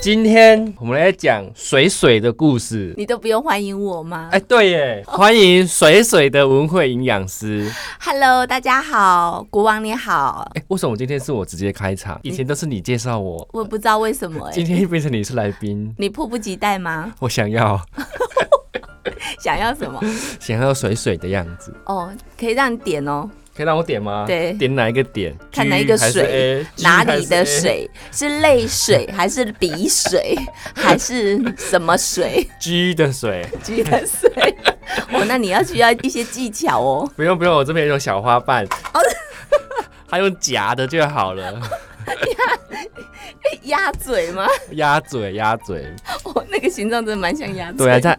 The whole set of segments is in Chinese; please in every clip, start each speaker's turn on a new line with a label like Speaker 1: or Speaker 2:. Speaker 1: 今天我们来讲水水的故事。
Speaker 2: 你都不用欢迎我吗、
Speaker 1: 哎，对耶，
Speaker 2: 哦
Speaker 1: 欢迎水水的文慧营养师。
Speaker 2: h e l l o 大家好，国王你好，
Speaker 1: 哎，为什么今天是我直接开场？以前都是你介绍我，
Speaker 2: 我不知道为 什么哎、
Speaker 1: 今天变成你是来宾，
Speaker 2: 你迫不及待吗？
Speaker 1: 我想要
Speaker 2: 想要什么？
Speaker 1: 想要水水的样子，
Speaker 2: 哦，可以让你点哦，
Speaker 1: 可以让我点吗？
Speaker 2: 对
Speaker 1: 点哪一个点？
Speaker 2: 看
Speaker 1: G
Speaker 2: 哪一个
Speaker 1: 还是
Speaker 2: 水
Speaker 1: A？G
Speaker 2: 哪
Speaker 1: 还
Speaker 2: 里
Speaker 1: 是
Speaker 2: 的
Speaker 1: A？
Speaker 2: 水是 泪水还是鼻水还是什么水？
Speaker 1: ？G 的水，
Speaker 2: 记得水。 哦，那你要需要一些技巧哦。
Speaker 1: 不用不用，我这边有小花 瓣，它用夹的就好了，
Speaker 2: 鸭嘴吗？
Speaker 1: 鸭嘴鸭嘴。
Speaker 2: 哦，那个形状真的蛮像鸭嘴。
Speaker 1: 对啊， 在。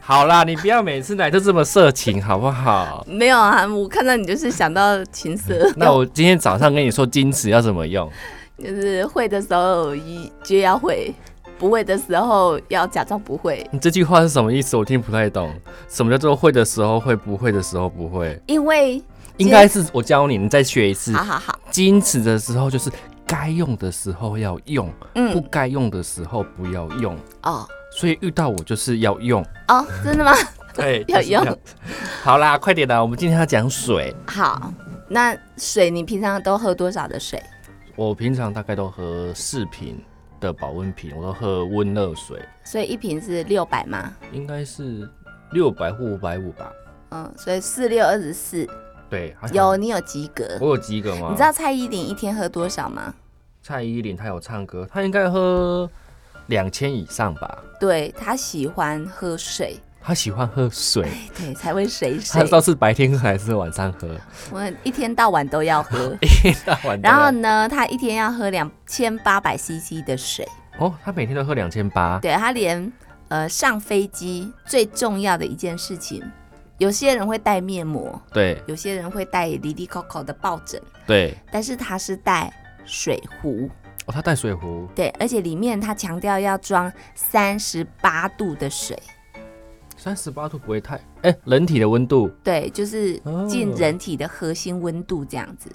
Speaker 1: 好啦，你不要每次来都这么色情，好不 好？
Speaker 2: 没有啊，我看到你就是想到情色，
Speaker 1: 那我今天早上跟你说矜持要怎么用，
Speaker 2: 就是会的时候一就要会，不会的时候要假装不会。
Speaker 1: 你这句话是什么意思？我听不太懂。什么叫做会的时候会，不会的时候不会？
Speaker 2: 因为
Speaker 1: 应该是我教你，你再学一次
Speaker 2: 好。好好，
Speaker 1: 矜持的时候就是该用的时候要用，不
Speaker 2: 嗯，
Speaker 1: 该用的时候不要用。
Speaker 2: 哦
Speaker 1: 所以遇到我就是要 用，
Speaker 2: 哦，真的吗？
Speaker 1: 对，
Speaker 2: 要
Speaker 1: 就是这样
Speaker 2: 用。
Speaker 1: 好啦，快点啦，我们今天要讲水。
Speaker 2: 好，那水你平常都喝多少的水？
Speaker 1: 我平常大概都喝四瓶的保温瓶，我都喝温热水，
Speaker 2: 所以一瓶是六百吗？
Speaker 1: 应该是六百或五百五吧。
Speaker 2: 嗯，所以四六二十四，
Speaker 1: 对，好像
Speaker 2: 有你有及格。
Speaker 1: 我有及格吗？
Speaker 2: 你知道蔡依林一天喝多少吗？
Speaker 1: 蔡依林她有唱歌，她应该喝两千以上吧？
Speaker 2: 对她喜欢喝水，哎
Speaker 1: 她喜欢喝 水，
Speaker 2: 对才会水
Speaker 1: 她
Speaker 2: 水
Speaker 1: 知。道是白天喝还是晚上 喝，
Speaker 2: 我一天到晚 都要喝。
Speaker 1: 一天到晚都
Speaker 2: 然
Speaker 1: 要。
Speaker 2: 后呢，她一天要喝两千八百 CC 的水。
Speaker 1: 哦，她每天都喝两千八，
Speaker 2: 对他连呃上飞机最重要的一件事情，有些人会带面膜，
Speaker 1: 对
Speaker 2: 有些人会带离离口口的抱枕，
Speaker 1: 对。
Speaker 2: 但是他是带水壶，
Speaker 1: 哦，她带水壶，
Speaker 2: 对，而且里面他强调要装三十八度的水，
Speaker 1: 三十八度不会太，哎、人体的温度
Speaker 2: 对，就是
Speaker 1: 哦
Speaker 2: 进人体的核心温度这样子。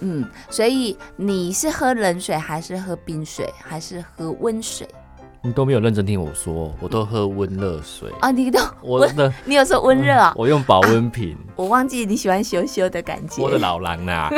Speaker 2: 嗯，所以你是喝冷水还是喝冰水还是喝温水
Speaker 1: 你都没有认真听我说，我都喝温热水。
Speaker 2: 哦，你都
Speaker 1: 我的
Speaker 2: 你有说温热哦，
Speaker 1: 我用保温瓶，
Speaker 2: 我忘记你喜欢羞羞的感 觉。
Speaker 1: 我的老啊狼啦、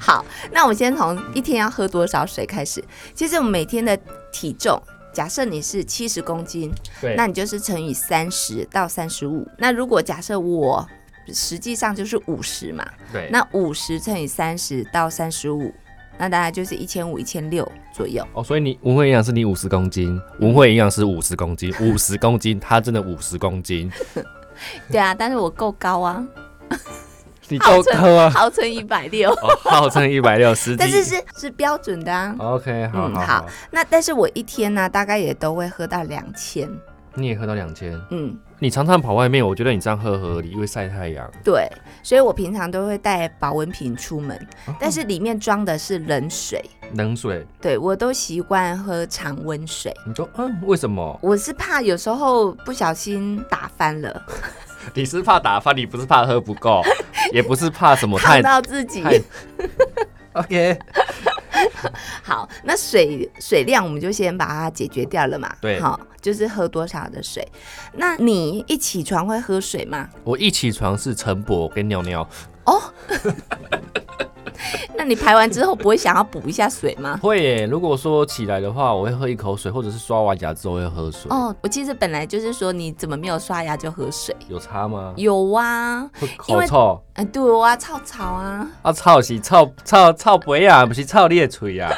Speaker 2: 好，那我们先从一天要喝多少水开始。其实我们每天的体重，假设你是七十公斤，
Speaker 1: 对
Speaker 2: 那你就是乘以三十到三十五。那如果假设我实际上就是五十嘛，
Speaker 1: 对
Speaker 2: 那五十乘以三十到三十五，那大概就是一千五、一千六左右。
Speaker 1: 哦，所以你文慧营养师你五十公斤，
Speaker 2: 嗯
Speaker 1: 文慧营养师五十公斤，五十公斤，他真的五十公斤，
Speaker 2: 对啊，但是我够高 啊，
Speaker 1: 你够高啊！
Speaker 2: 号称一百六，
Speaker 1: 哦，号称一百六十，
Speaker 2: 但是是是标准的啊。
Speaker 1: OK，好
Speaker 2: 嗯
Speaker 1: 好
Speaker 2: 好
Speaker 1: 好，
Speaker 2: 那但是我一天呢、大概也都会喝到两千。
Speaker 1: 你也喝到两千，
Speaker 2: 嗯，
Speaker 1: 你常常跑外面，我觉得你这样喝合理，因为晒太阳。
Speaker 2: 对，所以我平常都会带保温瓶出门，
Speaker 1: 哦
Speaker 2: 但是里面装的是冷水。
Speaker 1: 冷水，
Speaker 2: 对我都习惯喝常温水，
Speaker 1: 你说嗯，为什么？
Speaker 2: 我是怕有时候不小心打翻了，
Speaker 1: 你是怕打翻，你不是怕喝不 够，也不是怕什么
Speaker 2: 烫
Speaker 1: 太
Speaker 2: 到自己。
Speaker 1: 太。OK，
Speaker 2: 好，那水水量我们就先把它解决掉了嘛。
Speaker 1: 对
Speaker 2: 好，就是喝多少的水。那你一起床会喝水吗？
Speaker 1: 我一起床是晨勃跟尿尿，
Speaker 2: 那你排完之后不会想要补一下水吗？
Speaker 1: 会耶。如果说起来的话，我会喝一口水，或者是刷完牙之后会喝水，
Speaker 2: 哦，我其实本来就是说，你怎么没有刷牙就喝水？
Speaker 1: 有差吗？
Speaker 2: 有啊，
Speaker 1: 会
Speaker 2: 因
Speaker 1: 口
Speaker 2: 为
Speaker 1: 臭。
Speaker 2: 啊，对啊，臭草啊，
Speaker 1: 啊，臭是臭臭臭杯啊，不是臭你的嘴啊，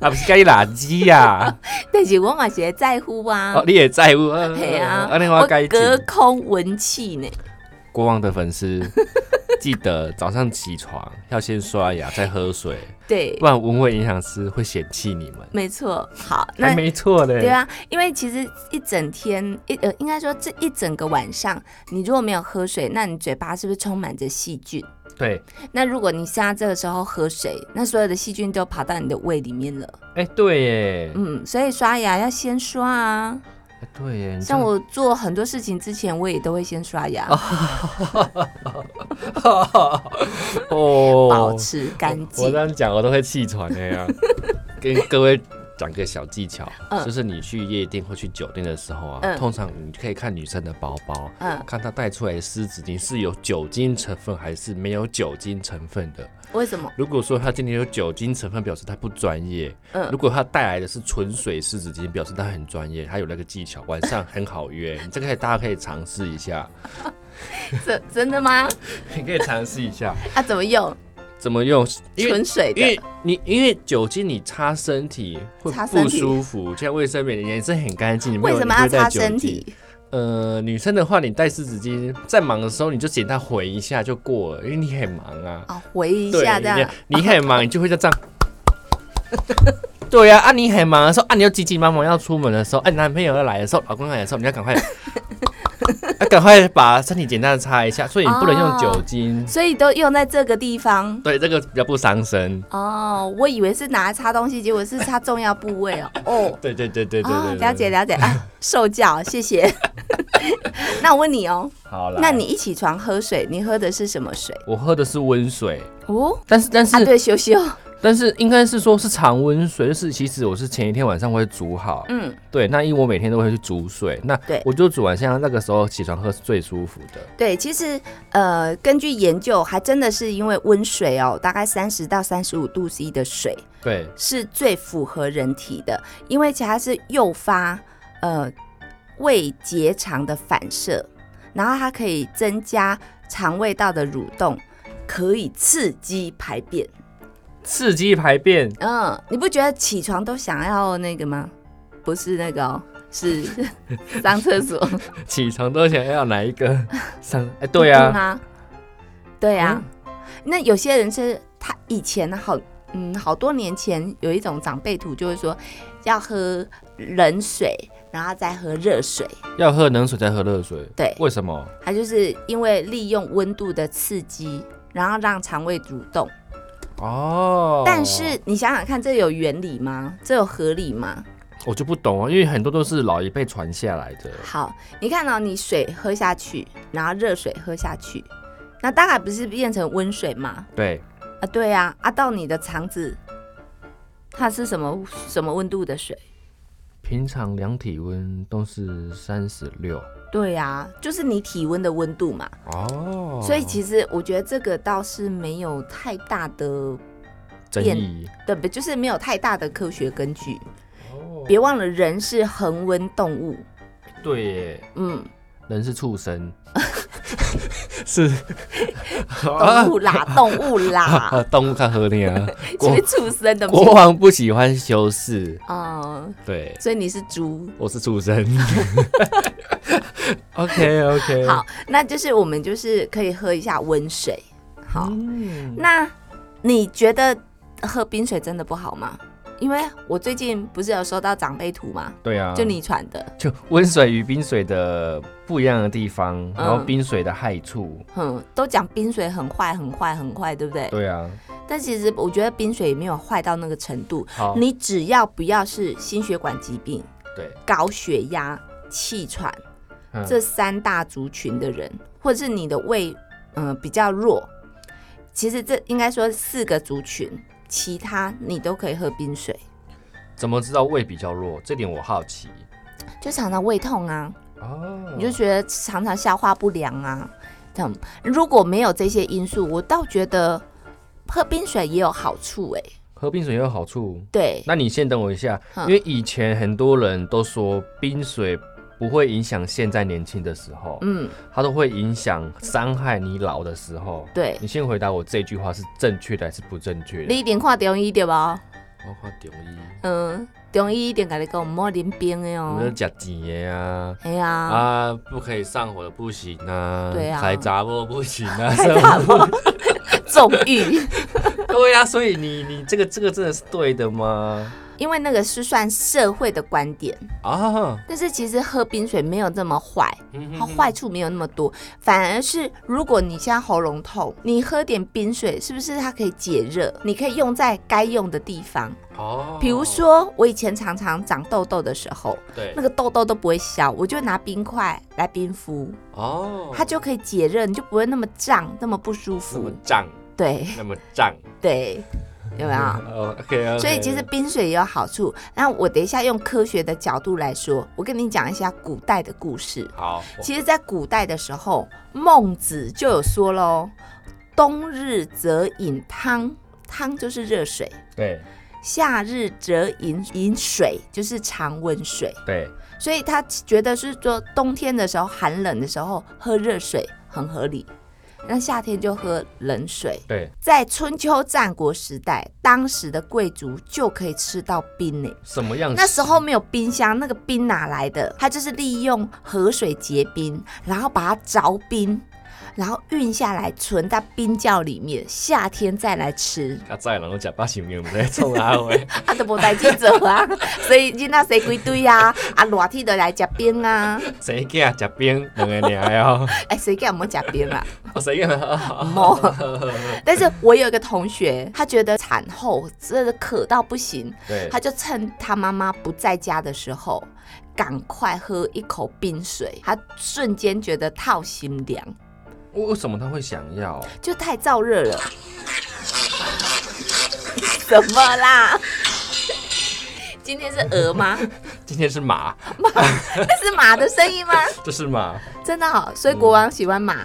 Speaker 1: 啊不是甲你垃圾啊，
Speaker 2: 但是我嘛是会在乎啊
Speaker 1: 哦，你也在乎？啊
Speaker 2: 嘿啊，
Speaker 1: 啊，另
Speaker 2: 我
Speaker 1: 外该
Speaker 2: 隔空闻气呢。
Speaker 1: 国王的粉丝记得早上起床要先刷牙，再喝水，
Speaker 2: 对，
Speaker 1: 不然文慧营养师会嫌弃你们。
Speaker 2: 没错。好，
Speaker 1: 还
Speaker 2: 那
Speaker 1: 没错嘞，
Speaker 2: 对啊，因为其实一整天一呃，应该说这一整个晚上，你如果没有喝水，那你嘴巴是不是充满着细菌？
Speaker 1: 对，
Speaker 2: 那如果你现在这个时候喝水，那所有的细菌都跑到你的胃里面了。
Speaker 1: 哎、对耶，
Speaker 2: 嗯，所以刷牙要先刷啊。
Speaker 1: 哎对耶，你这
Speaker 2: 像
Speaker 1: 样
Speaker 2: 我做很多事情之前，我也都会先刷牙，
Speaker 1: 哦，
Speaker 2: 保持干
Speaker 1: 我
Speaker 2: 净
Speaker 1: 这。样讲我都会气喘的呀、跟各位讲个小技巧，
Speaker 2: 嗯
Speaker 1: 就是你去夜店或去酒店的时候啊，
Speaker 2: 嗯
Speaker 1: 通常你可以看女生的包包，
Speaker 2: 嗯，
Speaker 1: 看她带出来的湿纸巾是有酒精成分还是没有酒精成分的。
Speaker 2: 为什么？
Speaker 1: 如果说她今天有酒精成分，表示她不专业；
Speaker 2: 嗯
Speaker 1: 如果她带来的是纯水湿纸巾，表示她很专业，她有那个技巧，晚上很好约。你这个可以大家可以尝试一下，
Speaker 2: 真真的吗？
Speaker 1: 你可以尝试一下
Speaker 2: 啊，怎么用？
Speaker 1: 怎么用，因为
Speaker 2: 纯水
Speaker 1: 因
Speaker 2: 的，
Speaker 1: 为你因为酒精你擦身体会
Speaker 2: 擦身
Speaker 1: 不
Speaker 2: 体
Speaker 1: 舒服，像卫生棉你颜色很干净，你没
Speaker 2: 为
Speaker 1: 有
Speaker 2: 什么
Speaker 1: 你
Speaker 2: 要
Speaker 1: 不会带
Speaker 2: 擦
Speaker 1: 酒
Speaker 2: 身
Speaker 1: 精？
Speaker 2: 体？
Speaker 1: 呃，女生的话，你带湿纸巾，在忙的时候你就简单回一下就过了，因为你很忙啊。
Speaker 2: 哦，回一
Speaker 1: 对，
Speaker 2: 下这样。
Speaker 1: 你你很忙，你就会在这样。 对呀、啊，你很忙的时候，啊，你又急急忙忙要出门的时候，哎、你男朋友要来的时候，老公要来的时候，你要 赶快，啊，赶快把身体简单的擦一下，所以你不能
Speaker 2: 哦
Speaker 1: 用酒精。
Speaker 2: 所以都用在这个地方
Speaker 1: 对，这个比较不伤身。
Speaker 2: 哦，我以为是拿来擦东西，结果是擦重要部位哦。哦，
Speaker 1: 对对对对对
Speaker 2: 哦
Speaker 1: 对，
Speaker 2: 了解。了解啊，受教，谢谢。那我问你哦，
Speaker 1: 好了，
Speaker 2: 那你一起床喝水，你喝的是什么水？
Speaker 1: 我喝的是温水，
Speaker 2: 哦，
Speaker 1: 但是但是、
Speaker 2: 啊，对，羞羞，
Speaker 1: 但是应该是说是常温水，就是其实我是前一天晚上会煮好，
Speaker 2: 嗯，
Speaker 1: 对，那因为我每天都会去煮水，那
Speaker 2: 对
Speaker 1: 我就煮完，像那个时候起床喝是最舒服的。
Speaker 2: 对，其实呃，根据研究，还真的是因为温水哦，大概三十到三十五度 C 的水
Speaker 1: 对，
Speaker 2: 是最符合人体的，因为其实它是诱发呃胃结肠的反射，然后它可以增加肠胃道的蠕动，可以刺激排便。
Speaker 1: 刺激排便，
Speaker 2: 嗯，你不觉得起床都想要那个吗？不是那个哦，是 上厕所。
Speaker 1: 起床都想要哪一个上？ 哎、对呀、啊，嗯
Speaker 2: 吗？对呀、那有些人是他以前好，嗯，好多年前有一种长辈图，就会说要喝冷水，然后再喝热水。
Speaker 1: 要喝冷水再喝热水，
Speaker 2: 对，
Speaker 1: 为什么？
Speaker 2: 他就是因为利用温度的刺激，然后让肠胃蠕动。
Speaker 1: 哦，
Speaker 2: 但是你想想看，这有原理吗？这有合理吗？
Speaker 1: 我就不懂啊，因为很多都是老一辈传下来的。
Speaker 2: 好，你看到、你水喝下去，然后热水喝下去，那大概不是变成温水吗？
Speaker 1: 对，
Speaker 2: 啊，对啊，啊，到你的肠子，它是什么什么温度的水？
Speaker 1: 平常量体温都是三十六。
Speaker 2: 对啊，就是你体温的温度嘛。
Speaker 1: 哦，
Speaker 2: 所以其实我觉得这个倒是没有太大的，
Speaker 1: 争
Speaker 2: 变
Speaker 1: 议
Speaker 2: 对不？就是没有太大的科学根据。
Speaker 1: 哦
Speaker 2: 别忘了，人是恒温动物。
Speaker 1: 对耶，
Speaker 2: 嗯，
Speaker 1: 人是畜生，是
Speaker 2: 动物啦，动物啦，
Speaker 1: 啊，动物看合理啊。
Speaker 2: 就
Speaker 1: 国
Speaker 2: 是畜生的
Speaker 1: 国王不喜欢修饰，
Speaker 2: 哦、
Speaker 1: 对，
Speaker 2: 所以你是猪。
Speaker 1: 我是畜生。OK OK，
Speaker 2: 好，那就是我们就是可以喝一下温水。好，
Speaker 1: 嗯，
Speaker 2: 那你觉得喝冰水真的不好吗？因为我最近不是有收到长辈图吗？
Speaker 1: 对啊，
Speaker 2: 就你传的，
Speaker 1: 就温水与冰水的不一样的地方，然后
Speaker 2: 嗯
Speaker 1: 冰水的害处，
Speaker 2: 哼，都讲冰水很坏，很坏，很坏，对不对？
Speaker 1: 对啊，
Speaker 2: 但其实我觉得冰水也没有坏到那个程度，
Speaker 1: 好，
Speaker 2: 你只要不要是心血管疾病、
Speaker 1: 对，
Speaker 2: 高血压、气喘
Speaker 1: 嗯
Speaker 2: 这三大族群的人，或者是你的胃嗯、呃比较弱，其实这应该说四个族群，其他你都可以喝冰水，
Speaker 1: 怎么知道胃比较弱？这点我好奇。
Speaker 2: 就常常胃痛啊。
Speaker 1: 哦，
Speaker 2: 你就觉得常常消化不良啊，这样如果没有这些因素，我倒觉得喝冰水也有好处哎、
Speaker 1: 喝冰水也有好处，
Speaker 2: 对，
Speaker 1: 那你先等我一下，
Speaker 2: 嗯
Speaker 1: 因为以前很多人都说冰水不会影响现在年轻的时候，
Speaker 2: 嗯，
Speaker 1: 它都会影响伤害你老的时候。
Speaker 2: 对，
Speaker 1: 你先回答我这句话是正确的还是不正确的？
Speaker 2: 你一定看中医对吧？
Speaker 1: 我看中医，
Speaker 2: 嗯，中医一定跟你讲莫啉冰的
Speaker 1: 我
Speaker 2: 哦、
Speaker 1: 们讲钱的啊。
Speaker 2: 哎呀、
Speaker 1: 啊，不可以上火的不行啊，
Speaker 2: 对啊
Speaker 1: 开杂波不行 啊，
Speaker 2: 太
Speaker 1: 什么
Speaker 2: 大了，纵欲，
Speaker 1: 对啊，所以你你这个这个真的是对的吗？
Speaker 2: 因为那个是算社会的观点，
Speaker 1: 啊，
Speaker 2: 但是其实喝冰水没有这么坏，
Speaker 1: 嗯
Speaker 2: 它坏处没有那么多，反而是如果你现在喉咙痛，你喝点冰水，是不是它可以解热？你可以用在该用的地方，
Speaker 1: 哦
Speaker 2: 比如说我以前常常长痘痘的时候，
Speaker 1: 对
Speaker 2: 那个痘痘都不会消，我就拿冰块来冰敷，
Speaker 1: 哦，
Speaker 2: 它就可以解热，你就不会那么胀，那么不舒
Speaker 1: 那么
Speaker 2: 服。
Speaker 1: 胀，
Speaker 2: 对
Speaker 1: 那么胀。
Speaker 2: 对，有没有？
Speaker 1: 哦，OK，
Speaker 2: 所以其实冰水也有好处。那我等一下用科学的角度来说，我跟你讲一下古代的故事。
Speaker 1: 好，
Speaker 2: 其实，在古代的时候，孟子就有说喽：“冬日则饮汤，汤就是热水；
Speaker 1: 对
Speaker 2: 夏日则饮饮水，就是常温水。
Speaker 1: 对，”
Speaker 2: 所以他觉得是说，冬天的时候寒冷的时候喝热水很合理，那夏天就喝冷水。
Speaker 1: 对，
Speaker 2: 在春秋战国时代，当时的贵族就可以吃到冰呢、
Speaker 1: 什么样子？
Speaker 2: 那时候没有冰箱，那个冰哪来的？它就是利用河水结冰，然后把它凿冰，然后运下来存在冰窖里面，夏天再来吃。
Speaker 1: 啊，再人都假八千元，我们在冲阿伟。
Speaker 2: 啊，都无代志做啊， 所以囡仔谁归堆啊？啊，热天就来食冰啊，
Speaker 1: 生囝食冰，两个娘哦，
Speaker 2: 哎、谁叫我们食冰啊？
Speaker 1: 我生囝
Speaker 2: 冇。但是我有一个同学，他觉得产后真的渴到不行，
Speaker 1: 对
Speaker 2: 他，就趁他妈妈不在家的时候，赶快喝一口冰水，他瞬间觉得套心凉，
Speaker 1: 为为什么他会想要？
Speaker 2: 就太燥热了。怎么啦？今天是鹅吗？
Speaker 1: 今天是马，
Speaker 2: 那是马的声音吗？
Speaker 1: 这是马。
Speaker 2: 真的好、所以国王喜欢马，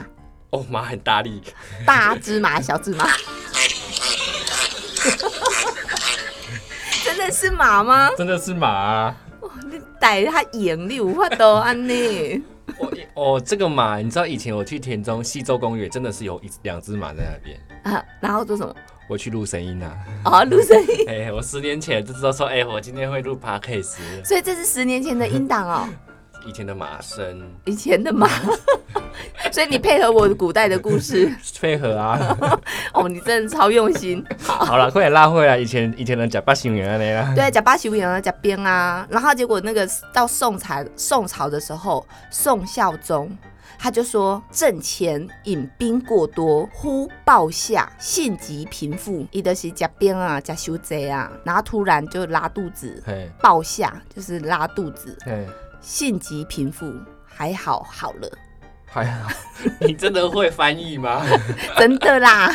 Speaker 1: 哦，马很大力，
Speaker 2: 大只马、小只马。真的是马吗？
Speaker 1: 真的是马、啊。
Speaker 2: 你逮他眼力无法都安呢。
Speaker 1: 我哦，这个马，你知道以前我去田中西周公园，真的是有一两只马在那边。
Speaker 2: 啊，然后做什么？
Speaker 1: 我去录声音啊，
Speaker 2: 哦，录声音。
Speaker 1: 哎、我十年前就知道说，哎、我今天会录 podcast，
Speaker 2: 所以这是十年前的音档哦，
Speaker 1: 以前的马声
Speaker 2: 以前的嘛。所以你配合我古代的故事，
Speaker 1: 配合 啊。
Speaker 2: 哦，你真的超用心。
Speaker 1: 好了，快点拉回来，以前以前人假八千元那啦。
Speaker 2: 对，讲八旗五羊啊，讲鞭啊，然后结果那个到宋朝宋朝的时候，宋孝宗他就说阵前饮兵过多，忽暴下，性急贫富，伊的是讲鞭啊，讲修贼啊，然后突然就拉肚子，
Speaker 1: 嘿，
Speaker 2: 暴下就是拉肚子，
Speaker 1: 嘿，
Speaker 2: 性急贫富，还好好了。
Speaker 1: 还好。 你真的会翻译吗？
Speaker 2: 真的啦，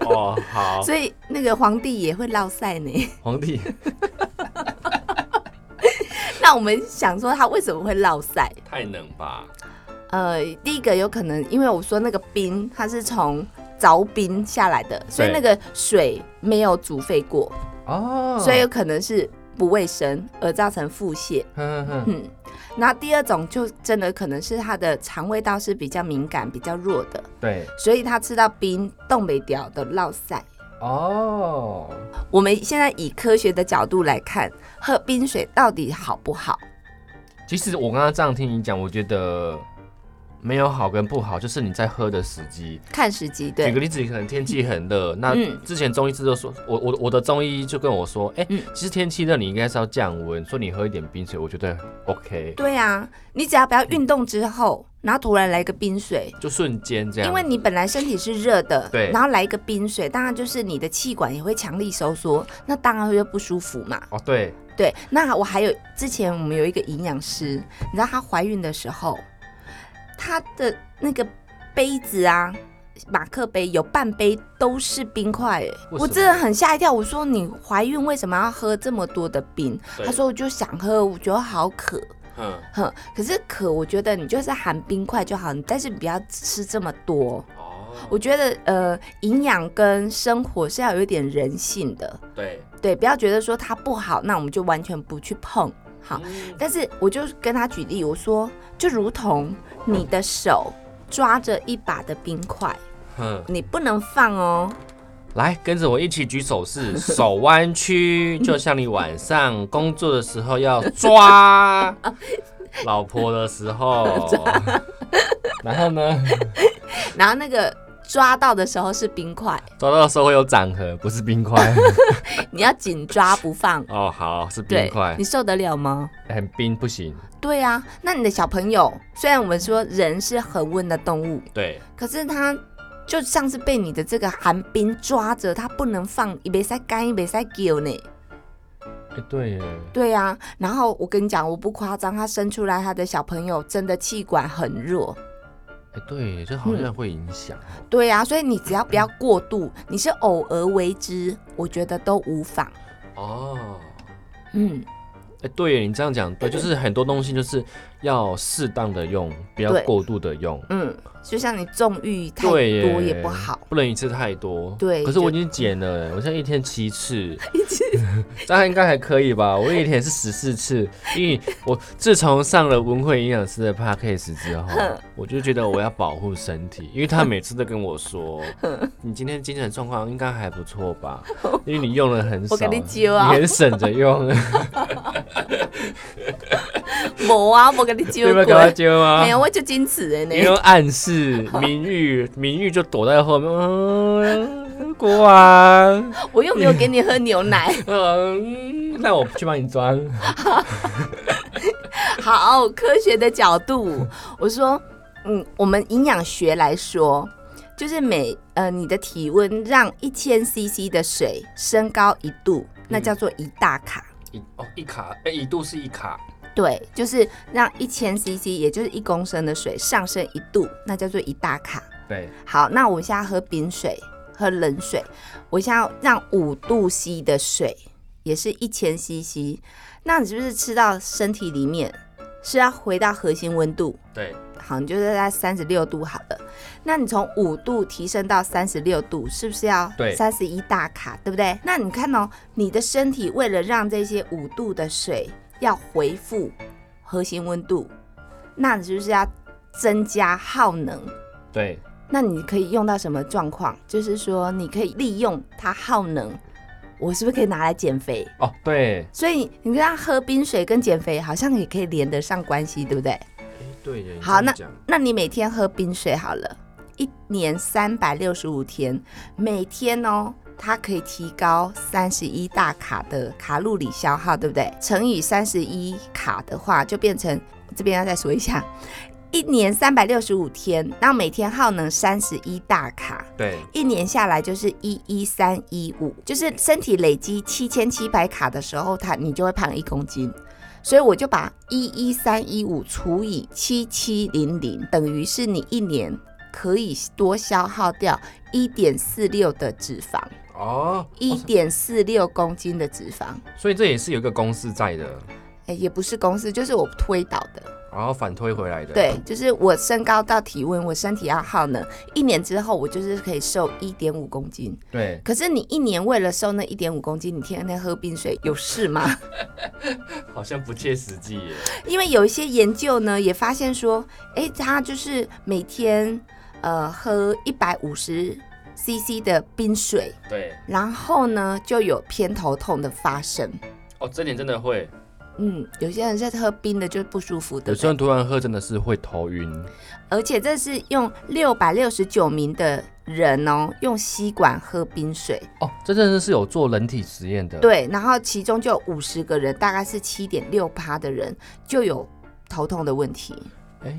Speaker 1: 哦，好，
Speaker 2: 所以那个皇帝也会落赛呢。
Speaker 1: 皇帝，
Speaker 2: 那我们想说他为什么会落赛？
Speaker 1: 太冷吧？
Speaker 2: 呃，第一个有可能因为我说那个冰它是从凿冰下来的，所以那个水没有煮沸过，
Speaker 1: 哦，
Speaker 2: 所以有可能是不卫生而造成腹泻。
Speaker 1: 哼，哼哼，
Speaker 2: 嗯，那第二种就真的可能是他的肠胃道是比较敏感、比较弱的，
Speaker 1: 对，
Speaker 2: 所以他吃到冰冻没掉的落塞。
Speaker 1: 哦，
Speaker 2: 我们现在以科学的角度来看，喝冰水到底好不好？
Speaker 1: 其实我刚刚这样听你讲，我觉得没有好跟不好，就是你在喝的时机。
Speaker 2: 看时机，
Speaker 1: 举个
Speaker 2: 对，
Speaker 1: 例子，可能天气很热，那
Speaker 2: 嗯
Speaker 1: 之前中医师就说，我我我的中医就跟我说，哎、
Speaker 2: 嗯
Speaker 1: 其实天气热，你应该是要降温，所以你喝一点冰水，我觉得 OK，
Speaker 2: 对啊，你只要不要运动之后，然后突然来个冰水。
Speaker 1: 就瞬间这样。
Speaker 2: 因为你本来身体是热的，
Speaker 1: 对
Speaker 2: 然后来一个冰水，当然就是你的气管也会强力收缩，那当然会不舒服嘛。
Speaker 1: 哦，对，
Speaker 2: 对，那我还有之前我们有一个营养师，你知道她怀孕的时候，她的那个杯子啊，马克杯有半杯都是冰块耶，
Speaker 1: 为
Speaker 2: 我
Speaker 1: 什
Speaker 2: 真的
Speaker 1: 么
Speaker 2: 很吓一跳。我说你怀孕为什么要喝这么多的冰？
Speaker 1: 对
Speaker 2: 她说我就想喝，我觉得好渴。
Speaker 1: 嗯，
Speaker 2: 哼，可是渴，我觉得你就是含冰块就好，你但是你不要吃这么多。
Speaker 1: 哦，
Speaker 2: 我觉得呃，营养跟生活是要有一点人性的，
Speaker 1: 对，
Speaker 2: 对，不要觉得说它不好，那我们就完全不去碰。好，
Speaker 1: 嗯
Speaker 2: 但是我就跟他举例，我说就如同你的手抓着一把的冰块，
Speaker 1: 哼，
Speaker 2: 你不能放哦。
Speaker 1: 来跟着我一起举手势，手弯曲，就像你晚上工作的时候要抓老婆的时 候，然后呢，
Speaker 2: 然后那个抓到的时候是冰块，
Speaker 1: 抓到的时候会有掌痕，不是冰块。
Speaker 2: 你要紧抓不放。
Speaker 1: 哦，好，是冰
Speaker 2: 对
Speaker 1: 块，
Speaker 2: 你，受得了吗？
Speaker 1: 很冰不行。
Speaker 2: 对啊，那你的小朋友，虽然我们说人是恒温的动物，
Speaker 1: 对，
Speaker 2: 可是他就像是被你的这个寒冰抓着，他不能放，一杯塞干，一杯塞丢呢。
Speaker 1: 哎、对耶，
Speaker 2: 对啊，然后我跟你讲，我不夸张，他生出来他的小朋友真的气管很弱，
Speaker 1: 哎，对，这好像会影响。
Speaker 2: 对呀、所以你只要不要过度，你是偶尔为之，我觉得都无妨。
Speaker 1: 哦，
Speaker 2: 嗯，
Speaker 1: 哎，对耶，你这样讲对，就是很多东西就是要适当的用，不要
Speaker 2: 对
Speaker 1: 过度的用。
Speaker 2: 嗯，就像你纵欲太多
Speaker 1: 对耶
Speaker 2: 也不好，
Speaker 1: 不能一次太多。
Speaker 2: 对
Speaker 1: 可是
Speaker 2: 就
Speaker 1: 我已经减了耶，我现在一天七 次，一次，这样应该还可以吧？我一天是十四次，因为我自从上了文慧营养师的 podcast 之后，我就觉得我要保护身体，因为他每次都跟我说，你今天精神状况应该还不错 吧？因为你用了很少，
Speaker 2: 我跟你揪啊
Speaker 1: 你很省着用，
Speaker 2: 某啊，我跟你纠
Speaker 1: 对吧？赶快
Speaker 2: 过，
Speaker 1: 揪啊！
Speaker 2: 没有，我就矜持的
Speaker 1: 你
Speaker 2: 呢。
Speaker 1: 用暗 示明玉，明玉就躲在后面，嗯，国王。
Speaker 2: 我又没有给你喝牛奶。
Speaker 1: 嗯，那我去帮你装。
Speaker 2: 好，科学的角度，我说，嗯，我们营养学来说，就是每呃你的体温让一千 CC 的水升高一度，那叫做一大卡。
Speaker 1: 一哦一卡，哎、一度是一卡，
Speaker 2: 对，就是让一千 CC，也就是一公升的水上升一度，那叫做一大卡。
Speaker 1: 对，
Speaker 2: 好，那我现在喝冰水，喝冷水，我现在让五度 C 的水也是一千 CC，那你是不是吃到身体里面是要回到核心温度？
Speaker 1: 对，
Speaker 2: 好，你就是在三十六度好了。那你从五度提升到三十六度，是不是要
Speaker 1: 对
Speaker 2: 三十一大卡，对不对？那你看哦，你的身体为了让这些五度的水要回复核心温度，那你是不是要增加耗能？
Speaker 1: 对，
Speaker 2: 那你可以用到什么状况？就是说，你可以利用它耗能，我是不是可以拿来减肥？
Speaker 1: 哦，对，
Speaker 2: 所以你跟他喝冰水跟减肥好像也可以连得上关系，对不对？
Speaker 1: 对耶。
Speaker 2: 好
Speaker 1: 你这样
Speaker 2: 那你每天喝冰水好了，一年三百六十五天，每天哦，它可以提高三十一大卡的卡路里消耗，对不对？乘以三十一卡的话，就变成这边要再说一下，一年三百六十五天，那每天耗能三十一大卡。
Speaker 1: 讲，对，
Speaker 2: 一年下来就是一一三一五，就是身体累积七千七百卡的时候，它你就会胖一公斤。所以我就把一一三一五除以七七零零，等于是你一年可以多消耗掉一点四六的脂肪，
Speaker 1: 哦，
Speaker 2: 一点四六公斤的脂肪。
Speaker 1: 所以这也是有一个公式在的，
Speaker 2: 哎，也不是公式，就是我推导的。
Speaker 1: 然后反推回来的。
Speaker 2: 对，就是我升高到体温，我身体要耗能，一年之后我就是可以瘦一点五公斤。
Speaker 1: 对，
Speaker 2: 可是你一年为了瘦那一点五公斤，你天天喝冰水有事吗？
Speaker 1: 好像不切实际耶。
Speaker 2: 因为有一些研究呢，也发现说，诶，他就是每天呃喝一百五十 CC 的冰水，
Speaker 1: 对，
Speaker 2: 然后呢就有偏头痛的发生。
Speaker 1: 哦，这点真的会，
Speaker 2: 嗯，有些人是喝冰的就不舒服的
Speaker 1: 有，时候突然喝真的是会头晕。
Speaker 2: 而且这是用六百六十九名的人哦，用吸管喝冰水，
Speaker 1: 哦，这真的是有做人体实验的。，
Speaker 2: 对，然后其中就有五十个人，大概是七点六趴的人就有头痛的问题。
Speaker 1: 哎、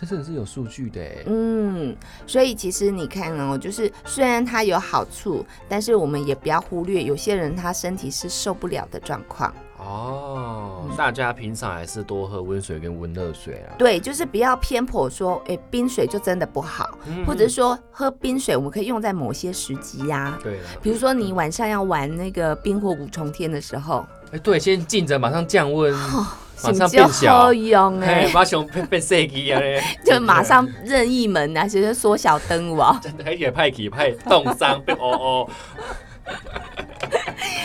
Speaker 1: 这真的是有数据的耶。
Speaker 2: 嗯，所以其实你看哦，就是虽然它有好处，但是我们也不要忽略有些人他身体是受不了的状况。
Speaker 1: 哦，大家平常还是多喝温水跟温热水啊。
Speaker 2: 对，就是不要偏颇说，诶，冰水就真的不好，或者说喝冰水我们可以用在某些时机呀、
Speaker 1: 对了，
Speaker 2: 比如说你晚上要玩那个冰火五重天的时候，
Speaker 1: 哎、对，先静着，马上降温，
Speaker 2: 哦
Speaker 1: 马上
Speaker 2: 就
Speaker 1: 变小
Speaker 2: 喝。用哎、
Speaker 1: 嘿，把熊变变细机啊嘞
Speaker 2: ，就马上任意门啊，就是缩小灯哇。
Speaker 1: 真的，也派去派冻伤变哦 哦，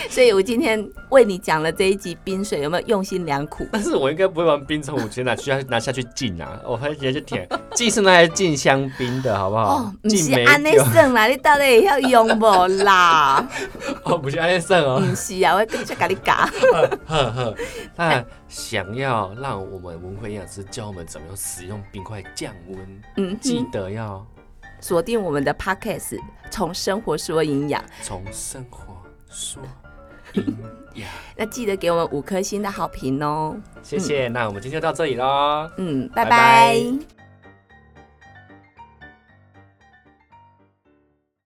Speaker 2: 所以我今天为你讲了这一集冰水，有没有用心良苦？
Speaker 1: 但是我应该不会玩冰城五千啊 拿去拿下去浸啊，我还直接去舔，浸是拿来浸香槟的好不好
Speaker 2: 哦，？不
Speaker 1: 浸
Speaker 2: 是
Speaker 1: 美
Speaker 2: 安内
Speaker 1: 酒，
Speaker 2: 算啦， 你到底会晓用无啦？
Speaker 1: 哦，不是安内圣哦，
Speaker 2: 不是啊，我就甲你讲，
Speaker 1: 呵呵。那想要让我们文辉营养师教我们怎么样使用冰块降温，
Speaker 2: 嗯，
Speaker 1: 记得要
Speaker 2: 锁定我们的 podcast，从生活说营养，
Speaker 1: 从生活说营养。
Speaker 2: 那记得给我们五颗星的好评哦。
Speaker 1: 嗯谢谢，那我们今天就到这里喽。
Speaker 2: 嗯，拜
Speaker 1: 拜
Speaker 2: 拜。
Speaker 1: 拜